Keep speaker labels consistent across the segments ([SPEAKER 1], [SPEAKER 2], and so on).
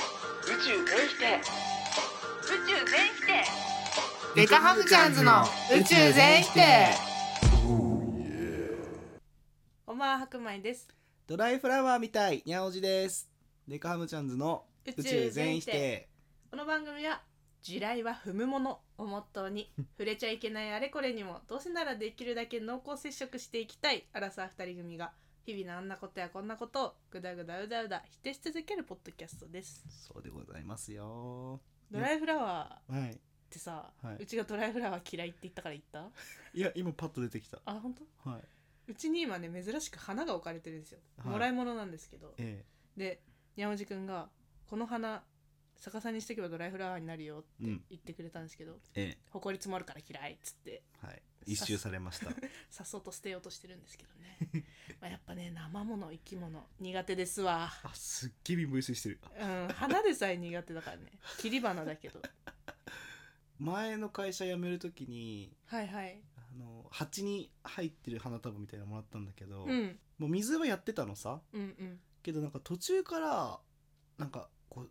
[SPEAKER 1] 宙全否定宇宙全否定
[SPEAKER 2] デカハムチャンズの宇宙全否定
[SPEAKER 3] おまわ白米です。
[SPEAKER 4] ドライフラワーみたいにゃおじですデカハムチャンズの宇宙全否定
[SPEAKER 3] この番組は地雷は踏むものをモットー に触れちゃいけないあれこれにもどうせならできるだけ濃厚接触していきたいアラサー二人組が日々のあんなことやこんなことをぐだぐだうだうだ否定し続けるポッドキャストです。
[SPEAKER 4] そうでございますよ
[SPEAKER 3] ドライフラワーっ
[SPEAKER 4] はい
[SPEAKER 3] てさ、
[SPEAKER 4] はいう
[SPEAKER 3] ちがドライフラワー嫌いって言ったから言った
[SPEAKER 4] いや今パッと出てきた
[SPEAKER 3] あ本当
[SPEAKER 4] はい
[SPEAKER 3] うんうちに今ね珍しく花が置かれてるんですよ、
[SPEAKER 4] はい
[SPEAKER 3] もらい物なんですけど
[SPEAKER 4] え
[SPEAKER 3] でにゃおじくんが「この花逆さにしてけばドライフラワーになるよ」
[SPEAKER 4] えうん
[SPEAKER 3] 言ってくれたんですけど
[SPEAKER 4] え
[SPEAKER 3] 「ほこり積もるから嫌い」っつって
[SPEAKER 4] えはい一周されました
[SPEAKER 3] さっそうと捨てようとしてるんですけど ねまあやっぱね生もの生き物苦手ですわ
[SPEAKER 4] あすっげえ貧乏ゆすりしてる
[SPEAKER 3] うん花でさえ苦手だからね切り花だけど
[SPEAKER 4] 前の会社辞めるときに
[SPEAKER 3] はいはい
[SPEAKER 4] あの鉢に入ってる花束みたいなのもらったんだけど、
[SPEAKER 3] うん
[SPEAKER 4] もう水はやってたのさ
[SPEAKER 3] うんうん
[SPEAKER 4] けどなんか途中からなんかこう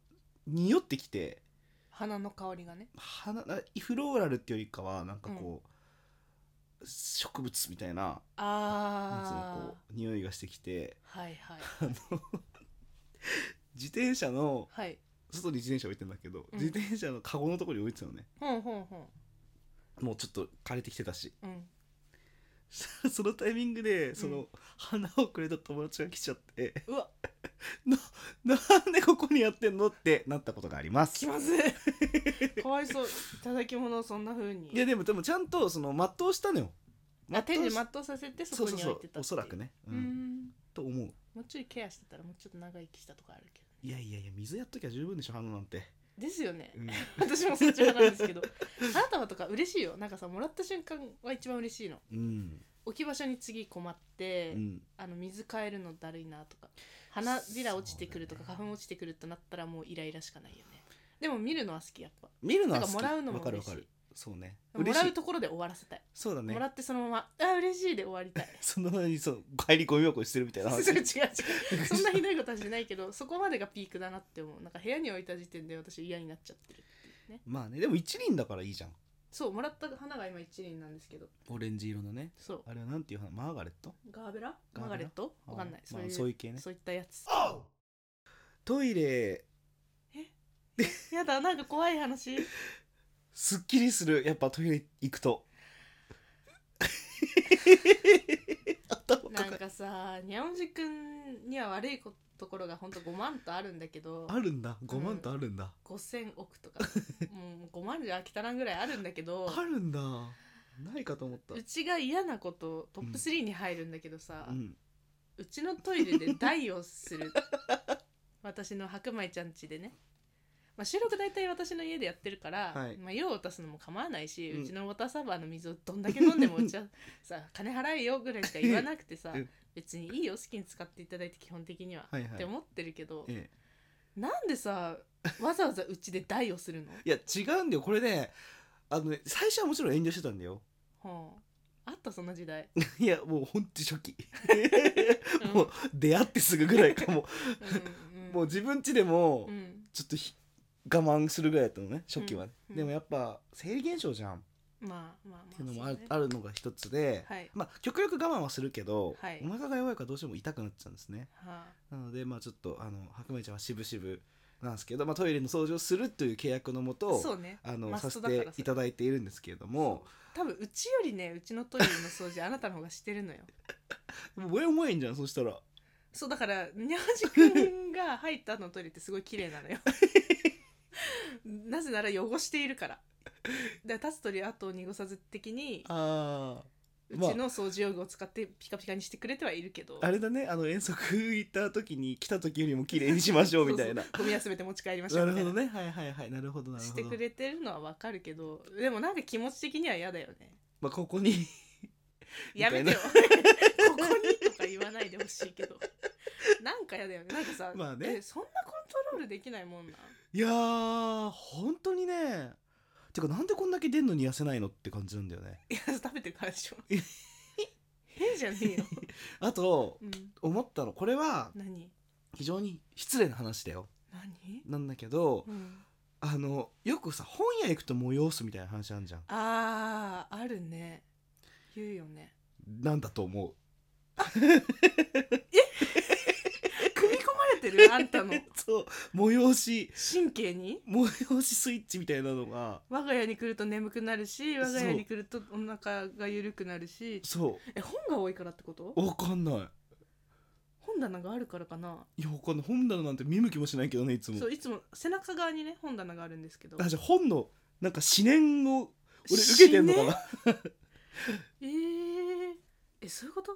[SPEAKER 4] 匂ってきて
[SPEAKER 3] 花の香りがね
[SPEAKER 4] 花なフローラルっていうよりかはなんかこう、植物みたいななんつうの
[SPEAKER 3] あ
[SPEAKER 4] こう匂いがしてきて
[SPEAKER 3] あはいはい
[SPEAKER 4] あの自転車の
[SPEAKER 3] はい
[SPEAKER 4] 外に自転車置いてんだけど、
[SPEAKER 3] うん
[SPEAKER 4] 自転車のカゴのところに置いてたのね
[SPEAKER 3] ほんほんほん
[SPEAKER 4] もうちょっと枯れてきてたし
[SPEAKER 3] うん
[SPEAKER 4] そしたらそのタイミングでそうの花をくれた友達が来ちゃって
[SPEAKER 3] う わ
[SPEAKER 4] なんでここにやってんのってなったことがあります
[SPEAKER 3] 気まずいかわいそういただき物をそんな風に
[SPEAKER 4] いやでもでもちゃんとその全うしたのよ
[SPEAKER 3] あ手で
[SPEAKER 4] し
[SPEAKER 3] 全うさせてそ
[SPEAKER 4] そう
[SPEAKER 3] こ
[SPEAKER 4] そう
[SPEAKER 3] に
[SPEAKER 4] そ
[SPEAKER 3] 置いうてたっていう
[SPEAKER 4] おそらくね、う
[SPEAKER 3] うんん
[SPEAKER 4] と思う
[SPEAKER 3] もうちょいケアしてたらもうちょっと長生きしたとかあるけど
[SPEAKER 4] いやいやいや水やっときゃ十分でしょ花なんて、
[SPEAKER 3] ですよね、
[SPEAKER 4] うん、
[SPEAKER 3] 私もそっち派なんですけど花束とか嬉しいよなんかさもらった瞬間は一番嬉しいの
[SPEAKER 4] うん、
[SPEAKER 3] 置き場所に次困って、
[SPEAKER 4] うん、
[SPEAKER 3] あの水変えるのだるいなとか花びら落ちてくるとか、花粉落ちてくるとなったらもうイライラしかないよねでも見るのは好きやっぱ
[SPEAKER 4] 見るの
[SPEAKER 3] な
[SPEAKER 4] は
[SPEAKER 3] ん
[SPEAKER 4] 好
[SPEAKER 3] か
[SPEAKER 4] き
[SPEAKER 3] もらうのも
[SPEAKER 4] わかる
[SPEAKER 3] 嬉
[SPEAKER 4] わ
[SPEAKER 3] し
[SPEAKER 4] か
[SPEAKER 3] い
[SPEAKER 4] るそうね
[SPEAKER 3] もら
[SPEAKER 4] 嬉し
[SPEAKER 3] う
[SPEAKER 4] い
[SPEAKER 3] ところで終わらせたい、
[SPEAKER 4] そうだね
[SPEAKER 3] もらってそのままあ嬉しいで終わ りたい
[SPEAKER 4] その前にそう帰りゴミ箱にしてるみ たいな話
[SPEAKER 3] 違う 違うそんなひどいことはしないけどそこまでがピークだなって思うなんか部屋に置いた時点で私嫌になっちゃってるっていうね
[SPEAKER 4] まあねでも一輪だからいいじゃん
[SPEAKER 3] そうもらった花が今一輪なんですけど
[SPEAKER 4] オレンジ色のね
[SPEAKER 3] そう
[SPEAKER 4] あれはなんていう花マーガレット
[SPEAKER 3] ガーベラ
[SPEAKER 4] ガーベラ
[SPEAKER 3] マーガレットわかんない、
[SPEAKER 4] あーまあ、
[SPEAKER 3] そ
[SPEAKER 4] そうう
[SPEAKER 3] い
[SPEAKER 4] いう系
[SPEAKER 3] う、
[SPEAKER 4] ね
[SPEAKER 3] そういったやつ
[SPEAKER 4] トイレ
[SPEAKER 3] やだなんか怖い 話
[SPEAKER 4] すっきりするやっぱトイレ行くと 頭
[SPEAKER 3] な
[SPEAKER 4] か
[SPEAKER 3] ん
[SPEAKER 4] か
[SPEAKER 3] かさにゃおじくんには悪いこところがほんと5万とあるんだけど
[SPEAKER 4] あるんだ5万とあるんだ、
[SPEAKER 3] 5000億 とかもう5万じゃ飽き足らんぐらいあるんだけど
[SPEAKER 4] あるんだないかと思った
[SPEAKER 3] うちが嫌なことトップ3に入るんだけどさ、う
[SPEAKER 4] うん
[SPEAKER 3] ちのトイレで台をする 私の白米ちゃん家でね、まあ、収録大体私の家でやってるから、
[SPEAKER 4] はい
[SPEAKER 3] まあ、用を足すのも構わないし、う
[SPEAKER 4] うん
[SPEAKER 3] ちのウォーターサーバーの水をどんだけ飲んでも うちはさ金払えよぐらいしか言わなくてさ、
[SPEAKER 4] うん
[SPEAKER 3] 別にいいよ好きに使っていただいて基本的には、
[SPEAKER 4] はいはい
[SPEAKER 3] って思ってるけど、
[SPEAKER 4] ええ
[SPEAKER 3] なんでさわざわざうちで台をするの、
[SPEAKER 4] いや違うんだよこれねあのね最初はもちろん遠慮してたんだよ
[SPEAKER 3] はあ、あったそんな時代、
[SPEAKER 4] いやもうほんと初期
[SPEAKER 3] うん
[SPEAKER 4] もう出会ってすぐぐらいかも
[SPEAKER 3] うんうん
[SPEAKER 4] もう自分家でも
[SPEAKER 3] うん
[SPEAKER 4] ちょっとひ我慢するぐらいだったのね初期はね、
[SPEAKER 3] うんうん
[SPEAKER 4] でもやっぱ生理現象じゃんっ
[SPEAKER 3] まあまあまあ
[SPEAKER 4] ていうのもあ
[SPEAKER 3] そ
[SPEAKER 4] る,、
[SPEAKER 3] うね
[SPEAKER 4] あるのが一つで、
[SPEAKER 3] はい
[SPEAKER 4] まあ極力我慢はするけど、
[SPEAKER 3] はい
[SPEAKER 4] お腹が弱いからどうしても痛くなっちゃうんですね
[SPEAKER 3] はあ
[SPEAKER 4] なのでまあちょっとあの白米ちゃんは渋々なんですけど、まあ、トイレの掃除をするという契約のも
[SPEAKER 3] そ
[SPEAKER 4] と
[SPEAKER 3] うね
[SPEAKER 4] あの
[SPEAKER 3] マ
[SPEAKER 4] さ
[SPEAKER 3] ス
[SPEAKER 4] せ
[SPEAKER 3] トだから
[SPEAKER 4] ていただいているんですけれども
[SPEAKER 3] 多分うちよりねうちのトイレの掃除あなたの方がしてるのよ
[SPEAKER 4] でも俺もいんじゃんそしたら
[SPEAKER 3] そうだからにゃはじくんが入った後のトイレってすごい綺 麗なのよなぜなら汚しているからで立つ鳥跡を濁さず的に
[SPEAKER 4] あ
[SPEAKER 3] う
[SPEAKER 4] まあ
[SPEAKER 3] ちの掃除用具を使ってピカピカにしてくれてはいるけど
[SPEAKER 4] ああれだねあの遠足行った時に来た時よりも綺麗にしましょうみたいな
[SPEAKER 3] そうそうゴミ集めて持ち帰りましょ
[SPEAKER 4] な
[SPEAKER 3] う
[SPEAKER 4] る
[SPEAKER 3] みた
[SPEAKER 4] ほ
[SPEAKER 3] い
[SPEAKER 4] ど
[SPEAKER 3] な
[SPEAKER 4] ねはいはいはいなるほどなるほど
[SPEAKER 3] してくれてるのはわかるけどでもなんか気持ち的には嫌だよね
[SPEAKER 4] まあここに
[SPEAKER 3] やめてよここにとか言わないでほしい けどなんか嫌だよねなんかさ、
[SPEAKER 4] まあね
[SPEAKER 3] えそんなコントロールできないもんない
[SPEAKER 4] やー本当にねてかなんでこんだけ出んのに痩せないのって感じなんだよね
[SPEAKER 3] いや食べてるからでしょ 変じゃねえ よ、
[SPEAKER 4] あと
[SPEAKER 3] うん、
[SPEAKER 4] 思ったのこれは
[SPEAKER 3] 何
[SPEAKER 4] 非常に失礼な話だよ
[SPEAKER 3] 何、
[SPEAKER 4] なんだけど
[SPEAKER 3] うん、
[SPEAKER 4] あのよくさ本屋行くと催すみたいな話あんじゃん
[SPEAKER 3] あーあるね言うよね
[SPEAKER 4] なんだと思う
[SPEAKER 3] 組み込まれてる あんたの
[SPEAKER 4] そう催し
[SPEAKER 3] 神経に
[SPEAKER 4] 催しスイッチみたいなのが
[SPEAKER 3] 我が家に来ると眠くなるし我が
[SPEAKER 4] そ
[SPEAKER 3] 家
[SPEAKER 4] う
[SPEAKER 3] に来るとお腹が緩くなるし
[SPEAKER 4] そ
[SPEAKER 3] え本が多いからってこと
[SPEAKER 4] うわかんない
[SPEAKER 3] 本棚があるからかない
[SPEAKER 4] やわかんない本棚なんて見向きもしないけどねいつも
[SPEAKER 3] そういつも背中側にね本棚があるんですけど
[SPEAKER 4] あじゃあ本のなんか思念を俺受けてんのかな、
[SPEAKER 3] えー、えそういうこと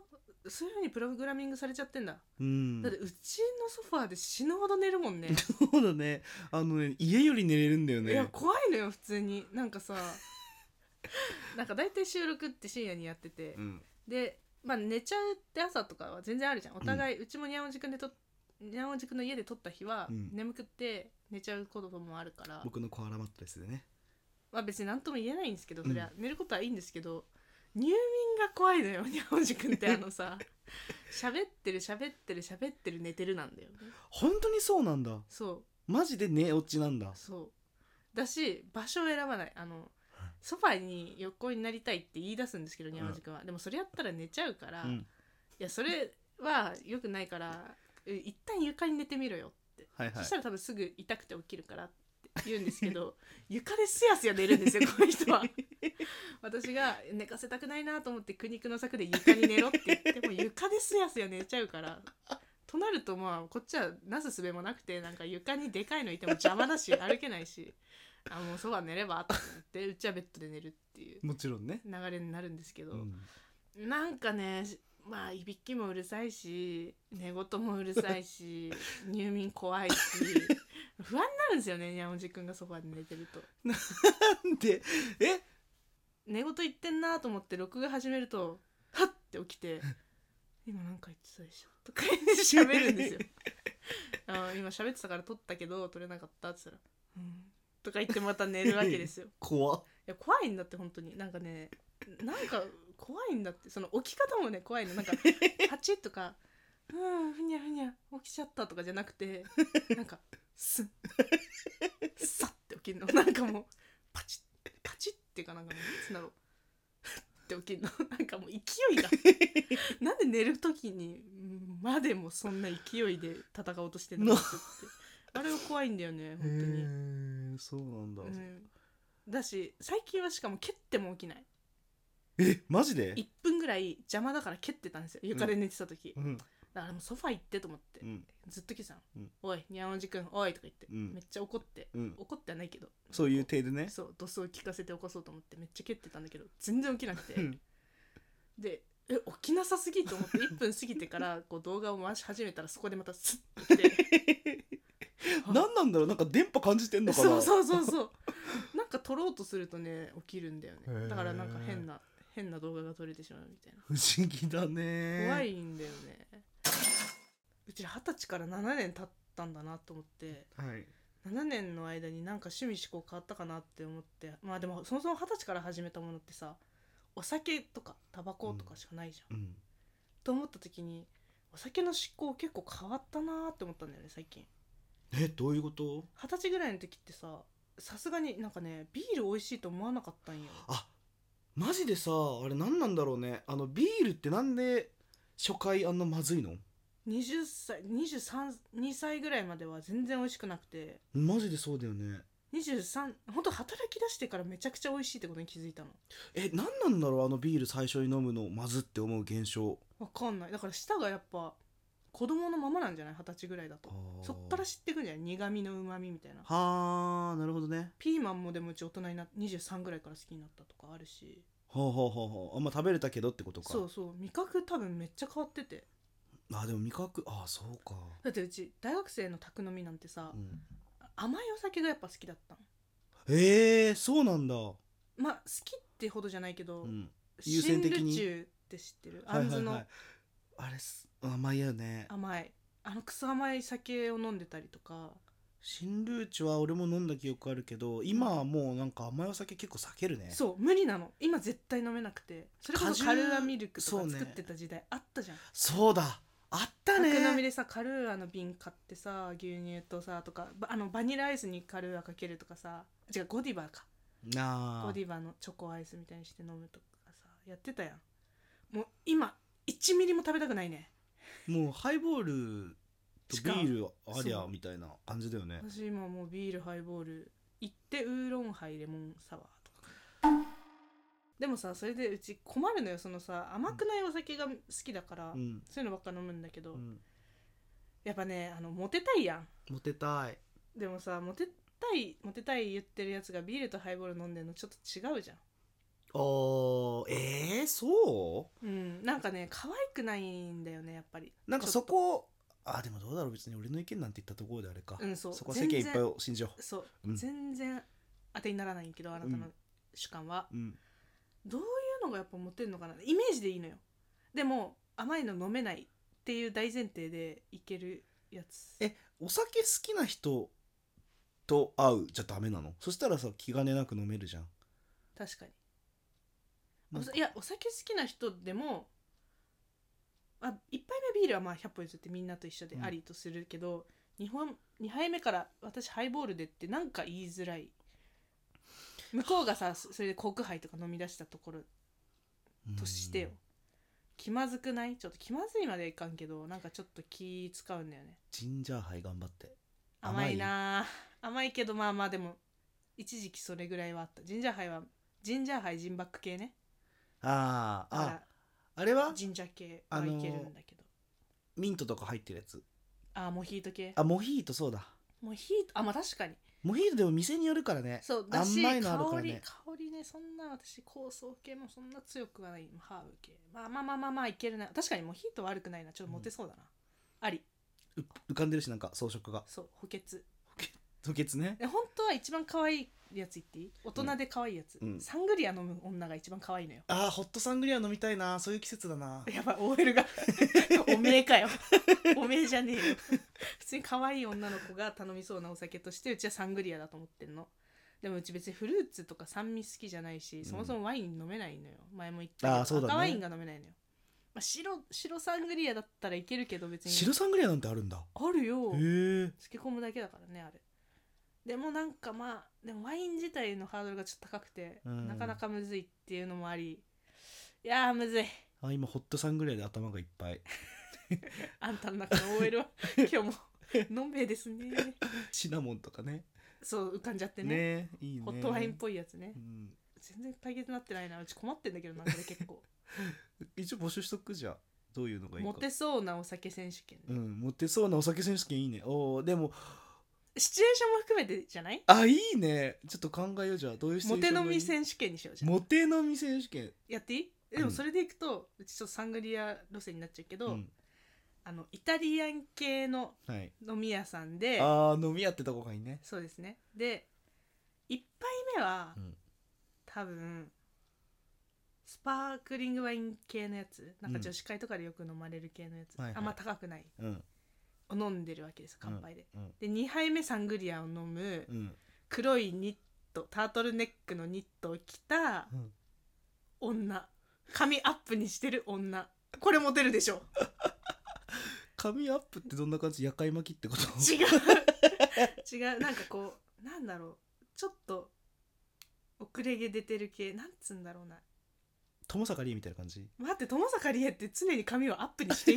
[SPEAKER 3] そういうふうにプログラミングされちゃってんだ、
[SPEAKER 4] うん
[SPEAKER 3] だってうちのソファーで死ぬほど寝るもんね
[SPEAKER 4] そうだねあのね家より寝れるんだよ
[SPEAKER 3] い や
[SPEAKER 4] ね
[SPEAKER 3] 怖いのよ普通になん かさなんか大体収録って深夜にやってて、
[SPEAKER 4] うん
[SPEAKER 3] でまあ寝ちゃうって朝とかは全然あるじゃんお互い、うちもにゃんおじくんでとにゃんおじくんの家で撮った日は、
[SPEAKER 4] うん
[SPEAKER 3] 眠くって寝ちゃうこともあるから
[SPEAKER 4] 僕のコアラマットレスでね
[SPEAKER 3] まあ別に何とも言えないんですけどそりゃ、寝ることはいいんですけど入眠が怖いのよに ゃんおじくんってあのさ喋ってる喋ってる喋ってる寝てるなんだよね
[SPEAKER 4] 本当にそうなんだ
[SPEAKER 3] そう
[SPEAKER 4] マジで寝落ちなんだ
[SPEAKER 3] そうだし場所を選ばないあのソファに横になりたいって言い出すんですけどにゃんおじくんは、でもそれやったら寝ちゃうから、
[SPEAKER 4] う
[SPEAKER 3] い
[SPEAKER 4] ん
[SPEAKER 3] やそれは良くないからえ一旦床に寝てみろよって、
[SPEAKER 4] はいは
[SPEAKER 3] そ
[SPEAKER 4] い
[SPEAKER 3] したら多分すぐ痛くて起きるからって言うんですけど 床ですやすや寝るんですよこの 人は私が寝かせたくないなと思って苦肉の策で床に寝ろって言っても床ですやすや寝ちゃうからとなるとまあこっちはなすすべもなくてなんか床にでかいのいても邪魔だし歩けないしあもうそば寝ればと思ってうちはベッドで寝るっていう
[SPEAKER 4] もちろんね、
[SPEAKER 3] 流れになるんですけど、
[SPEAKER 4] うん
[SPEAKER 3] なんかねまあいびきもうるさいし寝言もうるさいし入眠怖いし不安になるんですよねにゃんおじくんがソファで寝てると
[SPEAKER 4] なんでえ
[SPEAKER 3] 寝言言ってんなと思って録画始めるとハッて起きて「今なんか言ってたでしょ」とか言って喋るんですよあ今喋ってたから撮ったけど撮れなかったって言ったら「うん」とか言ってまた寝るわけですよ
[SPEAKER 4] 怖っ
[SPEAKER 3] いや怖いんだって本当になんかねなんか怖いんだってその起き方もね怖いのなんかパチッとか「うんふにゃふにゃ起きちゃった」とかじゃなくてなんかスンサッて起きるのなんかもうパチッパチッっていうかなんかもうなんつうんだろうふって起きるのなんかもう勢いがなんで寝る時にうんまでもそんな勢いで戦おうとしてるの
[SPEAKER 4] な
[SPEAKER 3] かってあれが怖いんだよね
[SPEAKER 4] へ
[SPEAKER 3] 本当に。
[SPEAKER 4] ーそうなんだ、
[SPEAKER 3] うん、だし最近はしかも蹴っても起きない
[SPEAKER 4] えマジで
[SPEAKER 3] 1分ぐらい邪魔だから蹴ってたんですよ床で寝てた時、
[SPEAKER 4] うん
[SPEAKER 3] だからもうソファ行ってと思って、
[SPEAKER 4] うん
[SPEAKER 3] ずっと来てたの「
[SPEAKER 4] うん
[SPEAKER 3] おいにゃんおじくんおい」とか言って、
[SPEAKER 4] うん
[SPEAKER 3] めっちゃ怒って
[SPEAKER 4] うん
[SPEAKER 3] 怒ってはないけど
[SPEAKER 4] そういう体でね
[SPEAKER 3] そうドスを聞かせて起こそうと思ってめっちゃ蹴ってたんだけど全然起きなくて、
[SPEAKER 4] うん
[SPEAKER 3] でえ起きなさすぎと思って1分過ぎてからこう動画を回し始めたらそこでまたスッて来てあ
[SPEAKER 4] 何なんだろうなんか電波感じてんのかな
[SPEAKER 3] そうそうそうそうなんか撮ろうとするとね起きるんだ
[SPEAKER 4] へ
[SPEAKER 3] よね
[SPEAKER 4] ー
[SPEAKER 3] だからなんか変な変な動画が撮れてしまうみたいな
[SPEAKER 4] 不思議だね
[SPEAKER 3] 怖いんだよねうちら二十歳から7年経ったんだなと思って
[SPEAKER 4] はい
[SPEAKER 3] 7年の間になんか趣味思考変わったかなって思ってまあでもそもそも二十歳から始めたものってさお酒とかタバコとかしかないじゃん、
[SPEAKER 4] うん
[SPEAKER 3] と思った時にお酒の思考結構変わったなって思ったんだよね最近
[SPEAKER 4] えどういうこと
[SPEAKER 3] 二十歳ぐらいの時ってささすがになんかねビール美味しいと思わなかったんよ
[SPEAKER 4] あマジでさあれ何なんだろうねあのビールってなんで初回あんなまずいの
[SPEAKER 3] 20歳232歳ぐらいまでは全然美味しくなくて
[SPEAKER 4] マジでそうだよね
[SPEAKER 3] 23本当働き出してからめちゃくちゃ美味しいってことに気づいたの
[SPEAKER 4] え何なんだろうあのビール最初に飲むのまずって思う現象
[SPEAKER 3] わかんないだから舌がやっぱ子供のままなんじゃない二十歳ぐらいだとそっから
[SPEAKER 4] は
[SPEAKER 3] 知ってくんじゃない苦味のうまみみたいな
[SPEAKER 4] あなるほどね
[SPEAKER 3] ピーマンもでもうち大人になって23ぐらいから好きになったとかあるし
[SPEAKER 4] ほうほうほうほうあんま食べれたけどってことか
[SPEAKER 3] そうそう味覚多分めっちゃ変わってて
[SPEAKER 4] あでも味覚あそうか
[SPEAKER 3] だってうち大学生の宅飲みなんてさ、
[SPEAKER 4] うん
[SPEAKER 3] 甘いお酒がやっぱ好きだったの
[SPEAKER 4] えー、そうなんだ、う
[SPEAKER 3] まあ好きってほどじゃないけど、
[SPEAKER 4] ん、優
[SPEAKER 3] シン
[SPEAKER 4] 先
[SPEAKER 3] ル
[SPEAKER 4] 的に
[SPEAKER 3] チューって知ってるあんず
[SPEAKER 4] は
[SPEAKER 3] の
[SPEAKER 4] いはいはい、あれす甘いよね
[SPEAKER 3] 甘いあのクソ甘い酒を飲んでたりとか
[SPEAKER 4] 新ルーチは俺も飲んだ記憶あるけど今はもうなんか甘いお酒結構避けるね
[SPEAKER 3] そう無理なの今絶対飲めなくてそれこ
[SPEAKER 4] 果
[SPEAKER 3] そ
[SPEAKER 4] 汁
[SPEAKER 3] カルアミルクと
[SPEAKER 4] そ
[SPEAKER 3] か
[SPEAKER 4] うね
[SPEAKER 3] 作ってた時代あったじゃん、
[SPEAKER 4] そうだあった
[SPEAKER 3] 宅飲み
[SPEAKER 4] ね
[SPEAKER 3] でさカルーアの瓶買ってさ牛乳とさとかばあのバニラアイスにカルーアかけるとかさ違うゴディバか
[SPEAKER 4] な
[SPEAKER 3] ゴ
[SPEAKER 4] あ
[SPEAKER 3] ディバのチョコアイスみたいにして飲むとかさやってたやんもう今1ミリも食べたくないね
[SPEAKER 4] もうハイボールとビールあり
[SPEAKER 3] そ
[SPEAKER 4] ゃ
[SPEAKER 3] う
[SPEAKER 4] みたいな感じだよね
[SPEAKER 3] 私今もうビールハイボール行ってウーロンハイレモンサワーとかでもさそれでうち困るのよそのさ甘くないお酒が好きだから、
[SPEAKER 4] うん、
[SPEAKER 3] そういうのばっか飲むんだけど、
[SPEAKER 4] うん、
[SPEAKER 3] やっぱねあのモテたいやん
[SPEAKER 4] モテたい
[SPEAKER 3] でもさモテたいモテたい言ってるやつがビールとハイボール飲んでるのちょっと違うじゃん
[SPEAKER 4] おーえー、そ
[SPEAKER 3] うんなんかね可愛くないんだよねやっぱり
[SPEAKER 4] うなんかそこあでもどうだろう別に俺の意見なんて言ったところであれか、
[SPEAKER 3] うんそう
[SPEAKER 4] こは世間いっぱいを信じよ
[SPEAKER 3] そう、
[SPEAKER 4] うん
[SPEAKER 3] 全然当てにならないけどあなたの
[SPEAKER 4] うん
[SPEAKER 3] 主観は、
[SPEAKER 4] う、うん、
[SPEAKER 3] どういうのがやっぱモテるのかなイメージでいいのよでも甘いの飲めないっていう大前提でいけるやつ
[SPEAKER 4] えお酒好きな人と会うじゃダメなのそしたらさ気兼ねなく飲めるじゃん
[SPEAKER 3] 確かに
[SPEAKER 4] なんか
[SPEAKER 3] おいやお酒好きな人でもあ1杯目ビールはまあ100歩譲ってみんなと一緒で
[SPEAKER 4] うん
[SPEAKER 3] ありとするけど、2, 本2杯目から私ハイボールでってなんか言いづらい向こうがさそそれでコークハイとか飲み出したところとしてよ、
[SPEAKER 4] うん
[SPEAKER 3] 気まずくないちょっと気まずいまではいかんけどなんかちょっと気使うんだよね
[SPEAKER 4] ジンジャーハイ頑張って
[SPEAKER 3] 甘いなあ甘いけどまあまあでも一時期それぐらいはあったジンジャーハイはジンジャーハイジンバック系ね
[SPEAKER 4] あー
[SPEAKER 3] だか
[SPEAKER 4] ああれ
[SPEAKER 3] ら
[SPEAKER 4] は
[SPEAKER 3] ジンジャー系はいけるんだけど、
[SPEAKER 4] ミントとか入ってるやつ
[SPEAKER 3] あーモヒート系
[SPEAKER 4] あモヒートそうだ
[SPEAKER 3] モヒートあまあ確かに
[SPEAKER 4] モヒートでも店によるからね
[SPEAKER 3] そうだし、
[SPEAKER 4] 甘いのあるか
[SPEAKER 3] 香
[SPEAKER 4] ら
[SPEAKER 3] り
[SPEAKER 4] ね
[SPEAKER 3] 香りねそんな私香草系もそんな強くはないハーブ系まあまあまあまあまあいけるな確かにモヒートは悪くないなちょっとモテそうだな、あり
[SPEAKER 4] う浮かんでるしなんか装飾が
[SPEAKER 3] そう補欠
[SPEAKER 4] 吐血ね
[SPEAKER 3] で本当は一番可愛いやつ言っていい大人で可愛いやつ、
[SPEAKER 4] うん
[SPEAKER 3] サングリア飲む女が一番可愛いのよ
[SPEAKER 4] あーホットサングリア飲みたいなそういう季節だな
[SPEAKER 3] やばい OL がおめえかよおめえじゃねえよ普通に可愛い女の子が頼みそうなお酒としてうちはサングリアだと思ってんのでもうち別にフルーツとか酸味好きじゃないしそもそもワイン飲めないのよ、前も言ったけど
[SPEAKER 4] あーそうだね
[SPEAKER 3] 赤ワインが飲めないのよ、まあ、白白サングリアだったらいけるけど別に
[SPEAKER 4] 白サングリアなんてあるんだ
[SPEAKER 3] あるよ
[SPEAKER 4] へえ
[SPEAKER 3] つけ込むだけだからねあれでもなんかまあでもワイン自体のハードルがちょっと高くて、
[SPEAKER 4] うん
[SPEAKER 3] なかなかむずいっていうのもありいやーむずい
[SPEAKER 4] あ今ホットサングリアで頭がいっぱ い
[SPEAKER 3] あんたの中の OL は今日ものんべえですね
[SPEAKER 4] シナモンとかね
[SPEAKER 3] そう浮かんじゃって
[SPEAKER 4] ね
[SPEAKER 3] ね
[SPEAKER 4] いいね
[SPEAKER 3] ホットワインっぽいやつね
[SPEAKER 4] うん
[SPEAKER 3] 全然解決になってないなうち困ってんだけどなんかで結構
[SPEAKER 4] 一応募集しとくじゃあどういうのがいいか
[SPEAKER 3] モテそうなお酒選手権、
[SPEAKER 4] うんモテそうなお酒選手権いいねおーでも
[SPEAKER 3] シチュエーションも含めてじゃない
[SPEAKER 4] あいいねちょっと考えようじゃあどういうシチュエ
[SPEAKER 3] モ
[SPEAKER 4] ーシ
[SPEAKER 3] テ
[SPEAKER 4] ョ
[SPEAKER 3] 飲
[SPEAKER 4] ンがいい
[SPEAKER 3] み選手権にしようじゃん
[SPEAKER 4] モテ飲み選手権
[SPEAKER 3] やっていいで
[SPEAKER 4] う
[SPEAKER 3] も
[SPEAKER 4] ん
[SPEAKER 3] それでいくと、うちちょっとサングリア路線になっちゃうけど、
[SPEAKER 4] ん、
[SPEAKER 3] あのイタリアン系の
[SPEAKER 4] はい
[SPEAKER 3] 飲み屋さんで
[SPEAKER 4] あー飲み屋ってとこがいいね
[SPEAKER 3] そうですねで1杯目は、
[SPEAKER 4] うん
[SPEAKER 3] 多分スパークリングワイン系のやつなんか女子会とかでよく飲まれる系のやつ、
[SPEAKER 4] はいはい
[SPEAKER 3] あんま高くない
[SPEAKER 4] うん
[SPEAKER 3] を飲んでるわけです乾杯で、
[SPEAKER 4] うん
[SPEAKER 3] で2杯目サングリアを飲む
[SPEAKER 4] うん
[SPEAKER 3] 黒いニットタートルネックのニットを着た
[SPEAKER 4] うん
[SPEAKER 3] 女髪アップにしてる女これモテるでしょ
[SPEAKER 4] 髪アップってどんな感じ夜会巻きってこと
[SPEAKER 3] 違う違うなんかこうなんだろうちょっと遅れ毛出てる系なんつうんだろうな
[SPEAKER 4] 友坂理恵みたいな感 じ
[SPEAKER 3] 待って友坂理恵って常に髪をアップにして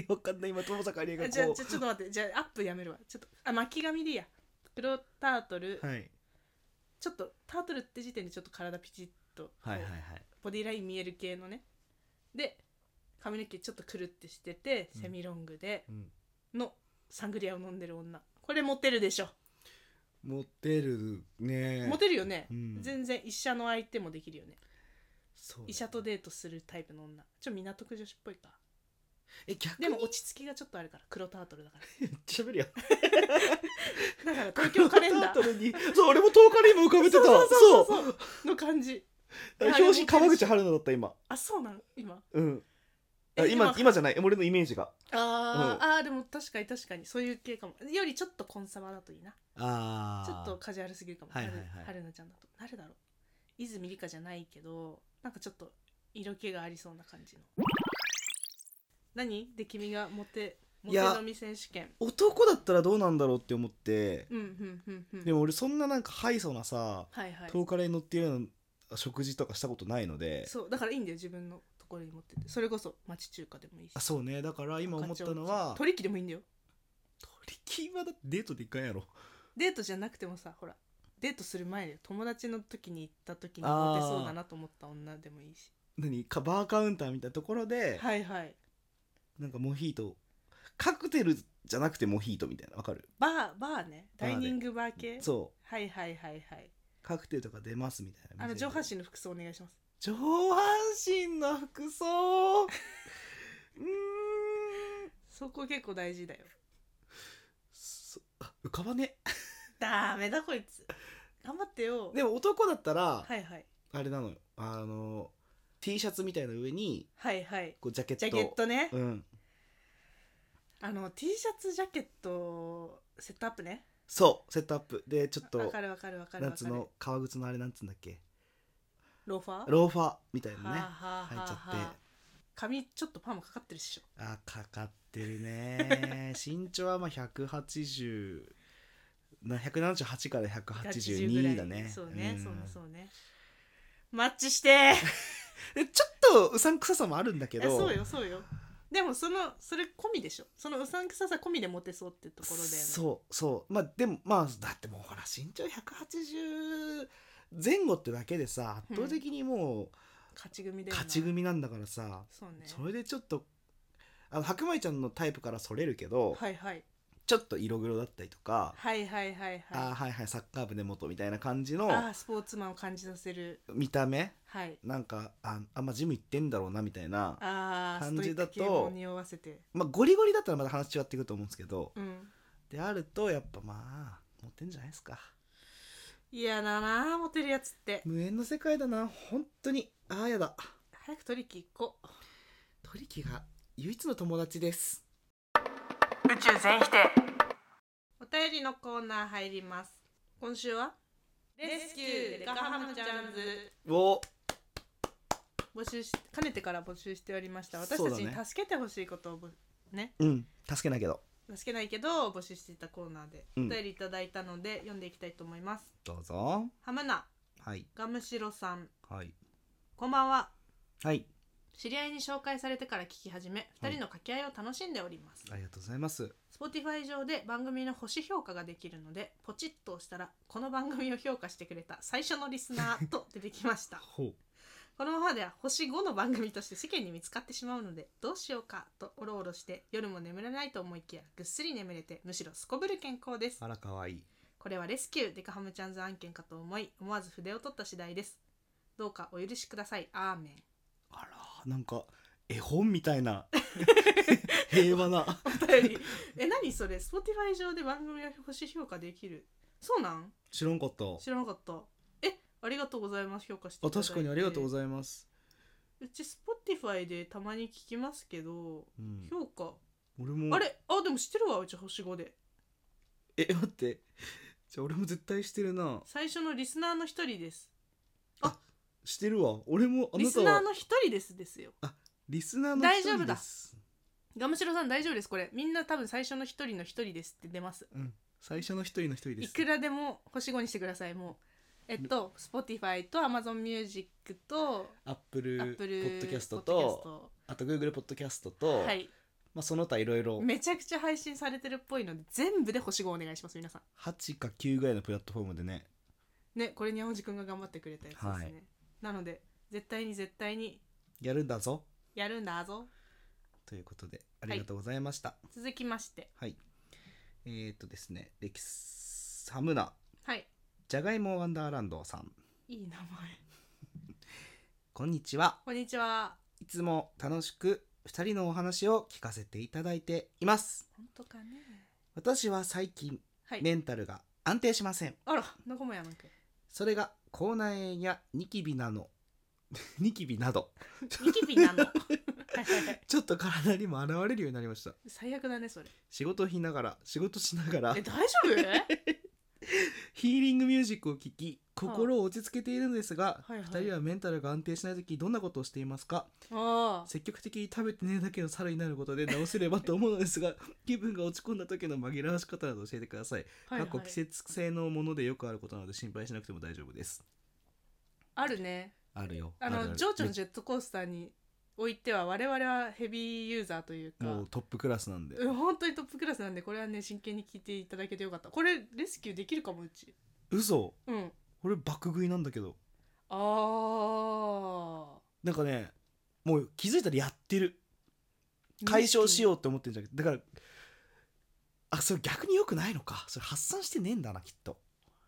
[SPEAKER 3] る
[SPEAKER 4] わかんない今友坂理恵が
[SPEAKER 3] あ
[SPEAKER 4] こ
[SPEAKER 3] じゃあ
[SPEAKER 4] う
[SPEAKER 3] じゃあちょっと待ってじゃあアップやめるわちょっとあ巻き髪でいいや黒タートル、
[SPEAKER 4] はい
[SPEAKER 3] ちょっとタートルって時点でちょっと体ピチッと、
[SPEAKER 4] はいはいはい
[SPEAKER 3] こ
[SPEAKER 4] う
[SPEAKER 3] ボディライン見える系のねで髪の毛ちょっとくるってしてて
[SPEAKER 4] うん
[SPEAKER 3] セミロングで
[SPEAKER 4] うん
[SPEAKER 3] のサングリアを飲んでる女これモテるでしょ、
[SPEAKER 4] モテるね
[SPEAKER 3] モテるよね、
[SPEAKER 4] うん
[SPEAKER 3] 全然医者の相手もできるよね
[SPEAKER 4] そうだね
[SPEAKER 3] 医者とデートするタイプの女ちょっと港区女子っぽいか
[SPEAKER 4] え逆に
[SPEAKER 3] でも落ち着きがちょっとあるから黒タートルだか
[SPEAKER 4] 喋るやん
[SPEAKER 3] らだから東京カレンダー
[SPEAKER 4] タートルにそう俺も10日で今浮かべてた
[SPEAKER 3] そうそうそ
[SPEAKER 4] そ
[SPEAKER 3] う
[SPEAKER 4] う
[SPEAKER 3] そうの感じ
[SPEAKER 4] 表紙川口春奈だった今
[SPEAKER 3] あそうなの今
[SPEAKER 4] うん
[SPEAKER 3] え
[SPEAKER 4] あ今
[SPEAKER 3] 今
[SPEAKER 4] 今じゃない俺のイメージが
[SPEAKER 3] あ
[SPEAKER 4] う
[SPEAKER 3] ー、あーでも確かに確かにそういう系かもよりちょっとコンサバだといいな
[SPEAKER 4] あ
[SPEAKER 3] ちょっとカジュアルすぎるかも
[SPEAKER 4] は
[SPEAKER 3] はいる
[SPEAKER 4] はいはい
[SPEAKER 3] 春菜ちゃんだと誰だろう泉理香じゃないけどなんかちょっと色気がありそうな感じの何で君がモテモ
[SPEAKER 4] い
[SPEAKER 3] テ
[SPEAKER 4] や
[SPEAKER 3] 飲み選手権
[SPEAKER 4] 男だったらどうなんだろうって思って
[SPEAKER 3] うんうんうんうん
[SPEAKER 4] でも俺そんななんかハイソなさ
[SPEAKER 3] はいはい
[SPEAKER 4] 遠からに乗ってるような食事とかしたことないので
[SPEAKER 3] そうだからいいんだよ自分のところに持ってってそれこそ町中華でもいいし
[SPEAKER 4] あそうねだから今思ったのは
[SPEAKER 3] 取り木でもいいんだよ
[SPEAKER 4] 鳥貴はだってデートで行かんやろ
[SPEAKER 3] デートじゃなくてもさほらデートする前で友達の時に行った時に
[SPEAKER 4] あー
[SPEAKER 3] モテそうだなと思った女でもいいし
[SPEAKER 4] 何かバーカウンターみたいなところで、
[SPEAKER 3] はいはい
[SPEAKER 4] なんかモヒートカクテルじゃなくてモヒートみたいなわかる
[SPEAKER 3] バーバーね
[SPEAKER 4] バー
[SPEAKER 3] ダ
[SPEAKER 4] で
[SPEAKER 3] イニングバー系
[SPEAKER 4] そ
[SPEAKER 3] はいはいはいはいう
[SPEAKER 4] カクテルとか出ますみたいな
[SPEAKER 3] あの上半
[SPEAKER 4] 身
[SPEAKER 3] 身の服装お願いします
[SPEAKER 4] 上半身の服 装うーん
[SPEAKER 3] そこ結構大事だよ
[SPEAKER 4] そあ浮かばね
[SPEAKER 3] ダメだこいつ頑張ってよ
[SPEAKER 4] でも男だったら、
[SPEAKER 3] はいはい
[SPEAKER 4] あれなのよあの T シャツみたいな上に
[SPEAKER 3] はいはい
[SPEAKER 4] こうジャケット
[SPEAKER 3] ジャケットね、
[SPEAKER 4] うん
[SPEAKER 3] あの T シャツジャケットセットアップね
[SPEAKER 4] そうセットアップでちょっ
[SPEAKER 3] わ
[SPEAKER 4] と
[SPEAKER 3] かるわかるわかるわか
[SPEAKER 4] 夏
[SPEAKER 3] る
[SPEAKER 4] の革靴のあれなんつうんだっけ
[SPEAKER 3] ローファー
[SPEAKER 4] ローファーみたいな
[SPEAKER 3] はあ
[SPEAKER 4] ね
[SPEAKER 3] はあはあ
[SPEAKER 4] 入っちゃって
[SPEAKER 3] はあ髪ちょっとパーマかかってるっしょ
[SPEAKER 4] あかかってる ね身長はまあ180な178から182だね
[SPEAKER 3] そうね、
[SPEAKER 4] ん
[SPEAKER 3] そうねそうねマッチして
[SPEAKER 4] でちょっとうさんくささもあるんだけ
[SPEAKER 3] い
[SPEAKER 4] ど
[SPEAKER 3] や そうよそうよでもそのそれ込みでしょそのうさんくささ込みでモテそうってところだよね
[SPEAKER 4] そうそうまあでもまあだってもうほら身長180前後ってだけでさ
[SPEAKER 3] うん
[SPEAKER 4] 圧倒的にも
[SPEAKER 3] 勝ち組
[SPEAKER 4] う
[SPEAKER 3] で
[SPEAKER 4] 勝ち組なんだからさ、
[SPEAKER 3] そうね
[SPEAKER 4] それでちょっとあの白米ちゃんのタイプからそれるけど、
[SPEAKER 3] はいはい
[SPEAKER 4] ちょっと色黒だったりとか、
[SPEAKER 3] はいはいはいはい
[SPEAKER 4] あーはいはいサッカー部根元みたいな感じの
[SPEAKER 3] あースポーツマンを感じさせる
[SPEAKER 4] 見た目
[SPEAKER 3] はい
[SPEAKER 4] なんかああんまジム行ってんだろうなみたいな
[SPEAKER 3] ああ
[SPEAKER 4] 感じだと
[SPEAKER 3] 匂わせて
[SPEAKER 4] まあゴリゴリだったらまた話違ってくると思うんですけど
[SPEAKER 3] うん
[SPEAKER 4] であるとやっぱまあモテんじゃないですか
[SPEAKER 3] 嫌だなあモテるやつって
[SPEAKER 4] 無縁の世界だな本当にああやだ
[SPEAKER 3] 早く取り行こう
[SPEAKER 4] トリキが唯一の友達です
[SPEAKER 1] 宇宙全否定
[SPEAKER 3] お便りのコーナー入ります今週はレスキューデカハムちゃんズ
[SPEAKER 4] お
[SPEAKER 3] 募集しかねてから募集しておりました私
[SPEAKER 4] そう
[SPEAKER 3] た
[SPEAKER 4] だ
[SPEAKER 3] ち
[SPEAKER 4] ね
[SPEAKER 3] に助けてほしいことをぼね
[SPEAKER 4] うん助けないけど
[SPEAKER 3] 助けないけど募集していたコーナーでお
[SPEAKER 4] うん
[SPEAKER 3] 便りいただいたので、読んでいきたいと思います
[SPEAKER 4] どうぞ
[SPEAKER 3] ハムナ
[SPEAKER 4] はい
[SPEAKER 3] ガムシロさん
[SPEAKER 4] はい
[SPEAKER 3] こんばんは
[SPEAKER 4] はい
[SPEAKER 3] 知り合いに紹介されてから聞き始め2人の掛け合いを楽しんでおります、
[SPEAKER 4] ありがとうございます
[SPEAKER 3] Spotify 上で番組の星評価ができるのでポチッと押したらこの番組を評価してくれた最初のリスナーと出てきまし た
[SPEAKER 4] ほう
[SPEAKER 3] このままでは星5の番組として世間に見つかってしまうのでどうしようかとおろおろして夜も眠れないと思いきやぐっすり眠れてむしろすこぶる健康です
[SPEAKER 4] あらかわいい
[SPEAKER 3] これはレスキューデカハムちゃんズ案件かと思い思わず筆を取った次第ですどうかお許しくださいアーメン
[SPEAKER 4] あらなんか絵本みたい な平和な
[SPEAKER 3] お便り え何それ Spotify 上で番組を星評価できるそうなん
[SPEAKER 4] 知らんかった
[SPEAKER 3] 知らなかったえありがとうございます評価して
[SPEAKER 4] あ確かにありがとうご
[SPEAKER 3] い
[SPEAKER 4] ざいます、
[SPEAKER 3] ますうち Spotify でたまに聞きますけど
[SPEAKER 4] うん、
[SPEAKER 3] 評価、
[SPEAKER 4] 俺も
[SPEAKER 3] あれあでも知ってるわうち星5で
[SPEAKER 4] え待ってじゃあ俺も絶対してるな
[SPEAKER 3] 最初のリスナーの一人です
[SPEAKER 4] してるわ俺もあ
[SPEAKER 3] リ
[SPEAKER 4] なた
[SPEAKER 3] スナー
[SPEAKER 4] は
[SPEAKER 3] の一人ですですよ
[SPEAKER 4] リスナーの一
[SPEAKER 3] 大丈
[SPEAKER 4] 人
[SPEAKER 3] 夫だ
[SPEAKER 4] です
[SPEAKER 3] ガムシロさん大丈夫ですこれみんな多分最初の一人の一人ですって出ます
[SPEAKER 4] うん最初の一人の一人で
[SPEAKER 3] い
[SPEAKER 4] す
[SPEAKER 3] くらでも星5にしてくださいもうえっと Spotify と AmazonMusic と
[SPEAKER 4] アップルポ
[SPEAKER 3] Apple
[SPEAKER 4] ッドキャスト
[SPEAKER 3] Podcast
[SPEAKER 4] とあと Google ポッドキャストと、
[SPEAKER 3] はい
[SPEAKER 4] まあ、その他いろいろ
[SPEAKER 3] めちゃくちゃ配信されてるっぽいので全部で星5お願いします皆さ
[SPEAKER 4] 8か9ぐらいのプラットフォームでね
[SPEAKER 3] んねこれに青じくんが頑張ってくれたやつですね、
[SPEAKER 4] はい
[SPEAKER 3] なので絶対に絶対に
[SPEAKER 4] やるんだぞ
[SPEAKER 3] やるんだぞ
[SPEAKER 4] ということでありがとうございました
[SPEAKER 3] 続きまして
[SPEAKER 4] はい、えー、っとですねレキサムナ
[SPEAKER 3] はい
[SPEAKER 4] じゃがいもワンダーランドさん
[SPEAKER 3] いい名前
[SPEAKER 4] こんにちは
[SPEAKER 3] こんにちはい
[SPEAKER 4] つも楽しく2人のお話を聞かせていただいています
[SPEAKER 3] 本当かね
[SPEAKER 4] 私は最近
[SPEAKER 3] はい、
[SPEAKER 4] メンタルが安定しません
[SPEAKER 3] あらどこもやなんか
[SPEAKER 4] それが口内炎やニキビなの ニキビなど
[SPEAKER 3] ニキビな のはいはいはい
[SPEAKER 4] ちょっと体にも現れるようになりました
[SPEAKER 3] 最悪だねそれ
[SPEAKER 4] 仕事しながら仕事しながら
[SPEAKER 3] え大丈夫
[SPEAKER 4] 日ヒーリングミュージックを聴き心を落ち着けているのですが、
[SPEAKER 3] はいはい
[SPEAKER 4] 2人はメンタルが安定しない時どんなことをしていますか
[SPEAKER 3] あ
[SPEAKER 4] 積極的に食べて寝るだけの猿になることで直せればと思うのですが 気分が落ち込んだ時の紛らわし方など教えてください、
[SPEAKER 3] あ、はいは
[SPEAKER 4] 過去
[SPEAKER 3] い
[SPEAKER 4] 季、節性のものでよくあることなので心配しなくても大丈夫です
[SPEAKER 3] あるね
[SPEAKER 4] あるよ
[SPEAKER 3] あ
[SPEAKER 4] る
[SPEAKER 3] の
[SPEAKER 4] る
[SPEAKER 3] 情緒のジェットコースターにおいては我々はヘビーユーザーというか
[SPEAKER 4] もうトップクラスなんで
[SPEAKER 3] うん本当にトップクラスなんでこれはね真剣に聞いていただけてよかったこれレスキューできるかもうち
[SPEAKER 4] 嘘
[SPEAKER 3] うん
[SPEAKER 4] 俺爆食いなんだけど
[SPEAKER 3] あー
[SPEAKER 4] なんかねもう気づいたらやってる解消しようって思ってるんじゃなくてだからあそれ逆に良くないのかそれ発散してねえんだなきっと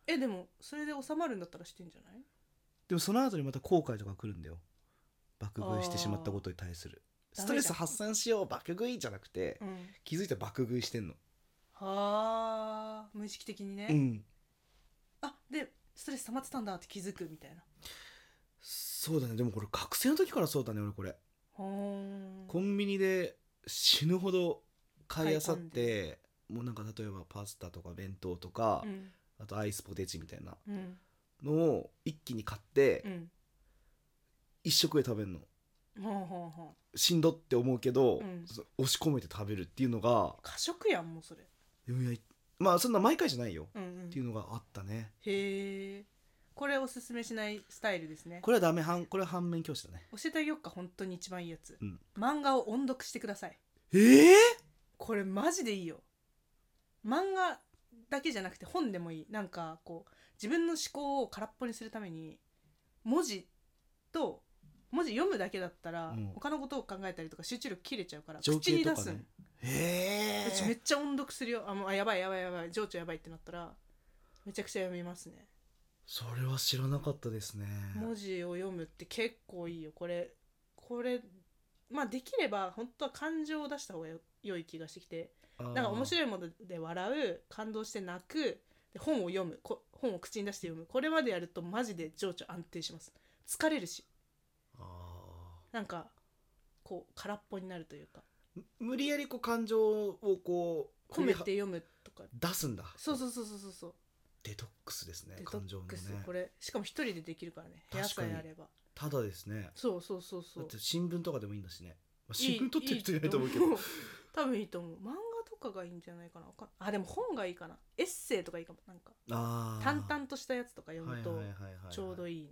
[SPEAKER 3] えでもそれで収まるんだったらしてんじゃない
[SPEAKER 4] でもその後にまた後悔とか来るんだよ爆食いしてしまったことに対する
[SPEAKER 3] あー
[SPEAKER 4] ストレス発散しよう爆食いじゃなくて
[SPEAKER 3] うん
[SPEAKER 4] 気づいたら爆食いしてんの
[SPEAKER 3] はあ無意識的にね、
[SPEAKER 4] うん
[SPEAKER 3] あでストレス溜まってたんだって気づくみたいな
[SPEAKER 4] そうだねでもこれ学生の時からそうだね俺これ
[SPEAKER 3] ほーん
[SPEAKER 4] コンビニで死ぬほど買いあさっ
[SPEAKER 3] 買い込ん
[SPEAKER 4] てもうなんか例えばパスタとか弁当とか、
[SPEAKER 3] うん
[SPEAKER 4] あとアイスポテチみたいな
[SPEAKER 3] うん
[SPEAKER 4] のを一気に買って
[SPEAKER 3] うん
[SPEAKER 4] 一食で食べるの
[SPEAKER 3] ほうほうほう
[SPEAKER 4] しんどって思うけど、
[SPEAKER 3] うん
[SPEAKER 4] そ押し込めて食べるっていうのが
[SPEAKER 3] 過食やんもうそれ
[SPEAKER 4] いやいまあそんな毎回じゃないよ、
[SPEAKER 3] うんうん
[SPEAKER 4] っていうのがあったね
[SPEAKER 3] へえこれおすすめしないスタイルですね
[SPEAKER 4] これはダメ反これは反面教師だね
[SPEAKER 3] 教えてあげよっか本当に一番いいやつ、
[SPEAKER 4] うん
[SPEAKER 3] 漫画を音読してください
[SPEAKER 4] ええ
[SPEAKER 3] これマジでいいよ漫画だけじゃなくて本でもいいなんかこう自分の思考を空っぽにするために文字と文字読むだけだったら、
[SPEAKER 4] うん
[SPEAKER 3] 他のことを考えたりとか集中力切れちゃうから
[SPEAKER 4] 情
[SPEAKER 3] 口に
[SPEAKER 4] 景と
[SPEAKER 3] 出
[SPEAKER 4] か
[SPEAKER 3] すん、
[SPEAKER 4] ねえ
[SPEAKER 3] うちめっちゃ音読するよあもうあやばいやばいやばい情緒やばいってなったらめちゃくちゃ読みますね
[SPEAKER 4] それは知らなかったですね
[SPEAKER 3] 文字を読むって結構いいよこれこれまあできれば本当は感情を出した方がよ良い気がしてきて
[SPEAKER 4] だ
[SPEAKER 3] なんか面白いもので笑う感動して泣くで本を読むこ本を口に出して読むこれまでやるとマジで情緒安定します疲れるしなんかこう空っぽになるというか
[SPEAKER 4] 無理やりこう感情をこう
[SPEAKER 3] 込めて読むとか
[SPEAKER 4] 出すんだ
[SPEAKER 3] そうそうそうそうそうそう
[SPEAKER 4] デトックスですね
[SPEAKER 3] デト
[SPEAKER 4] 感情
[SPEAKER 3] ッ
[SPEAKER 4] の
[SPEAKER 3] ク
[SPEAKER 4] ね
[SPEAKER 3] ス、これしかも一人でできるからね部屋
[SPEAKER 4] 確
[SPEAKER 3] さ
[SPEAKER 4] かに
[SPEAKER 3] えあれば
[SPEAKER 4] ただですね
[SPEAKER 3] そうそうそうそ
[SPEAKER 4] だっ
[SPEAKER 3] う
[SPEAKER 4] て新聞とかでもいいんだしね、まあ、
[SPEAKER 3] いい
[SPEAKER 4] 新聞取ってる人いないと思うけど
[SPEAKER 3] いい多分いいと思う漫画とかがいいんじゃないかなわかんあでも本がいいかなエッセイとかいいかもなんか
[SPEAKER 4] あー
[SPEAKER 3] 淡々としたやつとか読
[SPEAKER 4] は
[SPEAKER 3] む
[SPEAKER 4] い
[SPEAKER 3] と
[SPEAKER 4] はいはいはいはい
[SPEAKER 3] ちょうどいいね、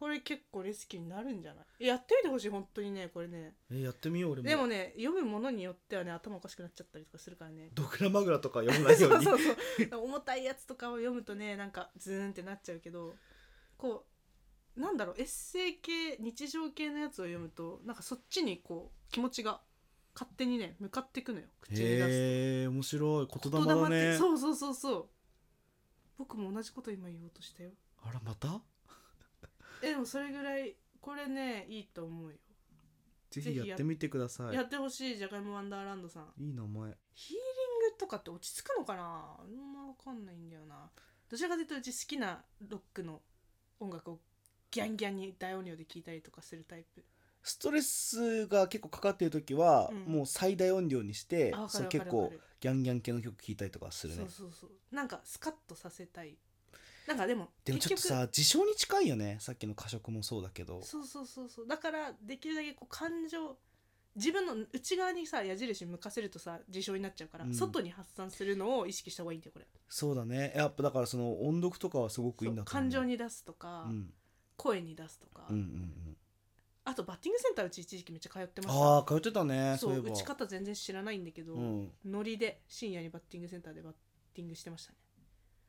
[SPEAKER 3] これ結構レスキューになるんじゃないやってみてほしい本当にねこれね
[SPEAKER 4] えやってみよう俺も
[SPEAKER 3] でもね読むものによってはね頭おかしくなっちゃったりとかするからね
[SPEAKER 4] ドクラマグラとか読まないように
[SPEAKER 3] そうそうそう重たいやつとかを読むとねなんかズーンってなっちゃうけどこうなんだろうエッセイ系日常系のやつを読むとなんかそっちにこう気持ちが勝手にね向かっていくのよ口に出すと。
[SPEAKER 4] へえ面白い言
[SPEAKER 3] 言
[SPEAKER 4] 霊
[SPEAKER 3] 霊
[SPEAKER 4] だ
[SPEAKER 3] って
[SPEAKER 4] ね
[SPEAKER 3] そうそうそうそう僕も同じこと今言おうとしたよ
[SPEAKER 4] あらまた
[SPEAKER 3] えでもそれぐらいこれねいいと思うよ、
[SPEAKER 4] ぜひ
[SPEAKER 3] ぜひやっ
[SPEAKER 4] やってみてくださ
[SPEAKER 3] や
[SPEAKER 4] い
[SPEAKER 3] ってほしいじゃがいもワンダーランドさん
[SPEAKER 4] いい名前
[SPEAKER 3] ヒーリングとかって落ち着くのかなあんま分かんないんだよなどちらかというとうち好きなロックの音楽をギャンギャンに大音量で聴いたりとかするタイプ
[SPEAKER 4] ストレスが結構かかってる時は、
[SPEAKER 3] うん
[SPEAKER 4] もう最大音量にして
[SPEAKER 3] あ分か
[SPEAKER 4] そ
[SPEAKER 3] る
[SPEAKER 4] れ結
[SPEAKER 3] 分かる
[SPEAKER 4] 構
[SPEAKER 3] 分かる
[SPEAKER 4] ギャンギャン系の曲聴いたりとかする
[SPEAKER 3] そ
[SPEAKER 4] ね
[SPEAKER 3] うそうそうなんかスカッとさせたいなんかでも
[SPEAKER 4] でもちょっとさ自称に近いよねさっきの過食もそうだけど
[SPEAKER 3] そうそうそうそうだからできるだけこう感情自分の内側にさ矢印向かせるとさ事象になっちゃうから、
[SPEAKER 4] うん
[SPEAKER 3] 外に発散するのを意識した方がいいんだよこれ
[SPEAKER 4] そうだねやっぱだからその音読とかはすごくいいんだ
[SPEAKER 3] そう
[SPEAKER 4] と思う
[SPEAKER 3] 感情に出すとか、
[SPEAKER 4] うん
[SPEAKER 3] 声に出すとか、
[SPEAKER 4] うんうんうん
[SPEAKER 3] あとバッティングセンターうち一時期めっちゃ通ってました
[SPEAKER 4] ああ通ってたねそ
[SPEAKER 3] そ
[SPEAKER 4] うういえば
[SPEAKER 3] 打ち方全然知らないんだけど、
[SPEAKER 4] うん
[SPEAKER 3] ノリで深夜にバッティングセンターでバッティングしてましたね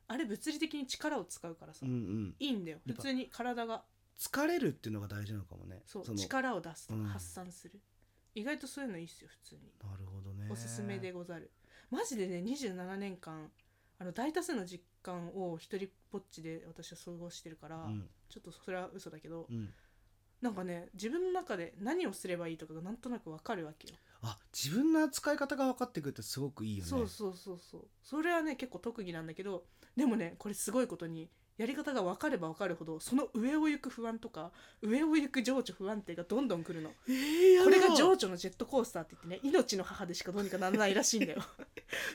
[SPEAKER 3] あれ物理的に力を使うからさ、
[SPEAKER 4] うんうん
[SPEAKER 3] いいんだよ
[SPEAKER 4] や
[SPEAKER 3] 普
[SPEAKER 4] っぱ
[SPEAKER 3] 通に体が
[SPEAKER 4] 疲れるっていうのが大事なのかもね
[SPEAKER 3] そう
[SPEAKER 4] の
[SPEAKER 3] 力を出すとか
[SPEAKER 4] うん
[SPEAKER 3] 発散する、意外とそういうのいいっすよ普通に
[SPEAKER 4] なるほどね
[SPEAKER 3] おすすめでござるマジでね27年間あの大多数の実感を一人ぼっちで私は過ごしてるから、
[SPEAKER 4] うん
[SPEAKER 3] ちょっとそれは嘘だけど、
[SPEAKER 4] うん
[SPEAKER 3] なんかね自分の中で何をすればいいとかがなんとなくわかるわけよ
[SPEAKER 4] あ自分の扱い方が分かってくるってすごくいいよね
[SPEAKER 3] そうそうそうそうそれはね結構特技なんだけどでもねこれすごいことにやり方が分かれば分かるほどその上を行く不安とか上を行く情緒不安定がどんどん来るの
[SPEAKER 4] えー、やだ
[SPEAKER 3] これが情緒のジェットコースターって言ってね命の母でしかどうにかならないらしいんだよ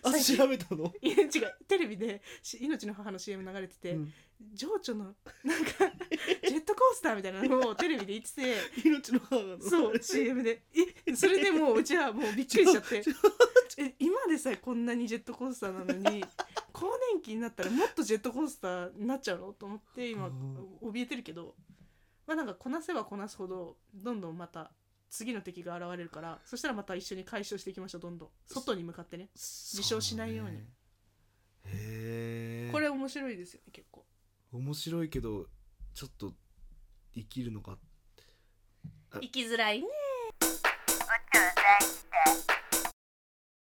[SPEAKER 4] あ
[SPEAKER 3] 最近
[SPEAKER 4] 調べたの、
[SPEAKER 3] いや違うテレビでし命の母の CM 流れてて、
[SPEAKER 4] うん
[SPEAKER 3] 情緒のなんかジェットコースターみたいなのをテレビで言ってて
[SPEAKER 4] 命の母が
[SPEAKER 3] そう CM でえそれでもううちはもうびっくりしちゃってえ今でさえこんなにジェットコースターなのに 更年期になったらもっとジェットコースターになっちゃうのと思って今
[SPEAKER 4] うん
[SPEAKER 3] 怯えてるけどまあなんかこなせばこなすほどどんどんまた次の敵が現れるからそしたらまた一緒に解消していきましょうどんどん外に向かってね
[SPEAKER 4] 自
[SPEAKER 3] 傷しないように
[SPEAKER 4] へえ
[SPEAKER 3] これ面白いですよね結構
[SPEAKER 4] 面白いけどちょっと生きるのか
[SPEAKER 3] 生きづらいね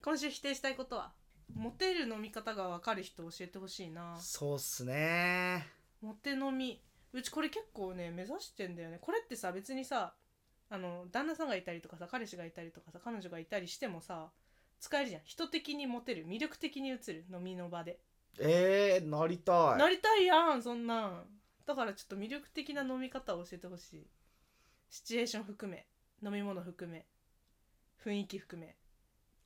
[SPEAKER 3] 今週否定したいことはモテる飲み方がわかる人教えてほしいな
[SPEAKER 4] そうっすね
[SPEAKER 3] モテ飲みうちこれ結構ね目指してんだよねこれってさ別にさあの旦那さんがいたりとかさ彼氏がいたりとかさ彼女がいたりしてもさ使えるじゃん人的にモテる魅力的に映る飲みの場で、
[SPEAKER 4] えー、なりたい
[SPEAKER 3] なりたいやんそんなんだからちょっと魅力的な飲み方を教えてほしいシチュエーション含め飲み物含め雰囲気含め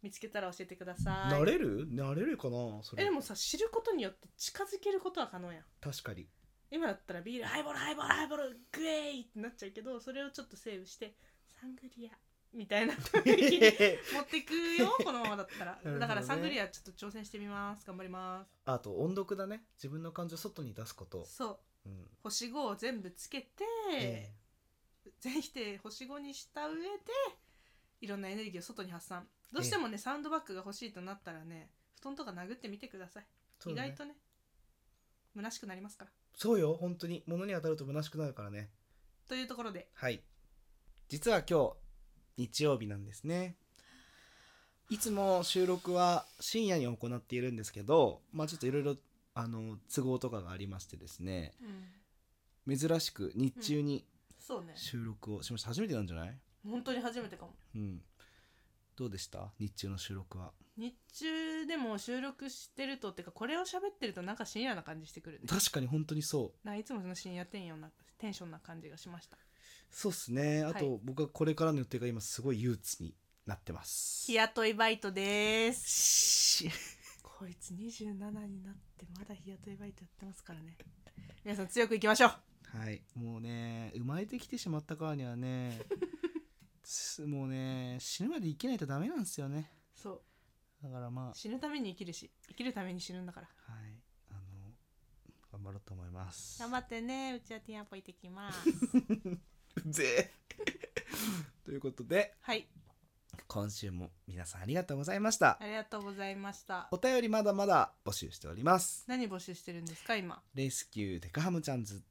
[SPEAKER 3] 見つけたら教えてください
[SPEAKER 4] なれるなれるかなそ
[SPEAKER 3] え
[SPEAKER 4] れ
[SPEAKER 3] でもさ知ることによって近づけることは可能やん
[SPEAKER 4] 確かに
[SPEAKER 3] 今だったらビールハイボールハイボールハイボールグエーイってなっちゃうけどそれをちょっとセーブしてサングリアみたいな雰囲気に持ってく よこのままだったら、
[SPEAKER 4] ほどね
[SPEAKER 3] だからサングリアちょっと挑戦してみます頑張りま
[SPEAKER 4] あと音読だね自分の感情を外に出すこと
[SPEAKER 3] すそう
[SPEAKER 4] うん
[SPEAKER 3] 星5を全部つけて、
[SPEAKER 4] え
[SPEAKER 3] 全否定星5にした上でいろんなエネルギーを外に発散どうしてもね、サウンドバッグが欲しいとなったらね布団とか殴ってみてください、
[SPEAKER 4] ーそう
[SPEAKER 3] 意
[SPEAKER 4] だね
[SPEAKER 3] 外とね虚しくなりますから
[SPEAKER 4] そうよ本当に物に当たると虚しくなるからね
[SPEAKER 3] というところで
[SPEAKER 4] はい実は今日日曜日なんですねいつも収録は深夜に行っているんですけどまあちょっといろいろあの都合とかがありましてですね珍しく日中に
[SPEAKER 3] そうね
[SPEAKER 4] 収録をしました、初めてなんじゃない
[SPEAKER 3] 本当に初めてかも
[SPEAKER 4] うんどうでした日中の収録は
[SPEAKER 3] 日中でも収録してるとってかこれを喋ってるとなんか深夜な感じしてくるね
[SPEAKER 4] 確かに本当にそう
[SPEAKER 3] なんかいつもその深夜テンションなテンションな感じがしました
[SPEAKER 4] そうっすねあと、
[SPEAKER 3] はい
[SPEAKER 4] 僕はこれからの予定が今すごい憂鬱になってます
[SPEAKER 3] 日雇いバイトです
[SPEAKER 4] し
[SPEAKER 3] こいつ27になってまだ日雇いバイトやってますからね皆さん強くいきましょう
[SPEAKER 4] はいもうね生まれてきてしまったからには ねすもうね死ぬまで生きないとダメなんですよね
[SPEAKER 3] そう
[SPEAKER 4] だからま
[SPEAKER 3] 死ぬために生きるし生きるために死ぬんだから
[SPEAKER 4] あはいあの頑張ろうと思います
[SPEAKER 3] 頑張ってねうちはティアンポ行ってきます
[SPEAKER 4] うぜ えということで
[SPEAKER 3] はい
[SPEAKER 4] 今週も皆さんありがとうございました
[SPEAKER 3] ありがとうございました
[SPEAKER 4] お便りまだまだ募集しております
[SPEAKER 3] 何募集してるんですか今
[SPEAKER 4] レスキューデカハムちゃんズ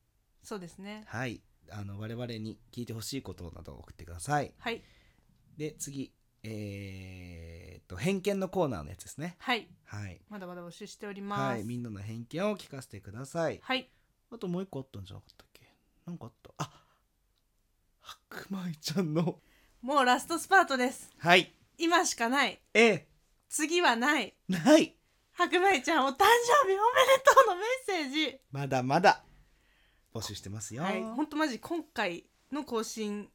[SPEAKER 3] そうですね
[SPEAKER 4] はいあの我々に聞いてほしいことなど送ってください
[SPEAKER 3] はい
[SPEAKER 4] で次えー、っと偏見のコーナーのやつですね
[SPEAKER 3] はい
[SPEAKER 4] はい
[SPEAKER 3] まだまだ募集しております
[SPEAKER 4] はいみんなの偏見を聞かせてください
[SPEAKER 3] はい
[SPEAKER 4] あともう一個あったんじゃなかったっけなんかあったあ白米ちゃんの
[SPEAKER 3] もうラストスパートです
[SPEAKER 4] はい
[SPEAKER 3] 今しかない
[SPEAKER 4] ええ
[SPEAKER 3] 次はない
[SPEAKER 4] ない
[SPEAKER 3] 白米ちゃんお誕生日おめでとうのメッセージ
[SPEAKER 4] まだまだ募集してますよ、
[SPEAKER 3] はいほんとマジ今回の更新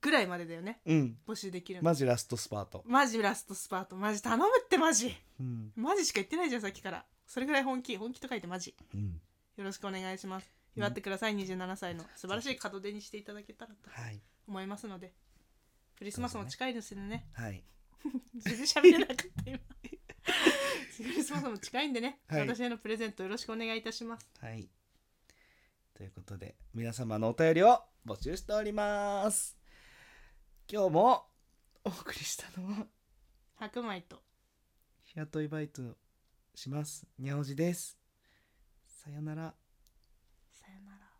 [SPEAKER 3] ぐらいまでだよね
[SPEAKER 4] うん
[SPEAKER 3] 募集できるの、
[SPEAKER 4] マジラストスパート
[SPEAKER 3] マジラストスパートマジ頼むってマジ
[SPEAKER 4] うん
[SPEAKER 3] マジしか言ってないじゃんさっきからそれぐらい本気本気と書いてマジ
[SPEAKER 4] うん
[SPEAKER 3] よろしくお願いします
[SPEAKER 4] うん
[SPEAKER 3] 祝ってください27歳の素晴らしい門出にしていただけたらと
[SPEAKER 4] はい
[SPEAKER 3] 思いますのでクリスマスも近いですね
[SPEAKER 4] はい
[SPEAKER 3] 全然喋れなかった 今クリスマスも近いんでね、
[SPEAKER 4] はい
[SPEAKER 3] 私へのプレゼントよろしくお願いいたします
[SPEAKER 4] はい。ということで、皆様のお便りを募集しております。今日もお送りしたのは、
[SPEAKER 3] 白米と
[SPEAKER 4] 日雇いバイトします、にゃおじです。さよなら。
[SPEAKER 3] さよなら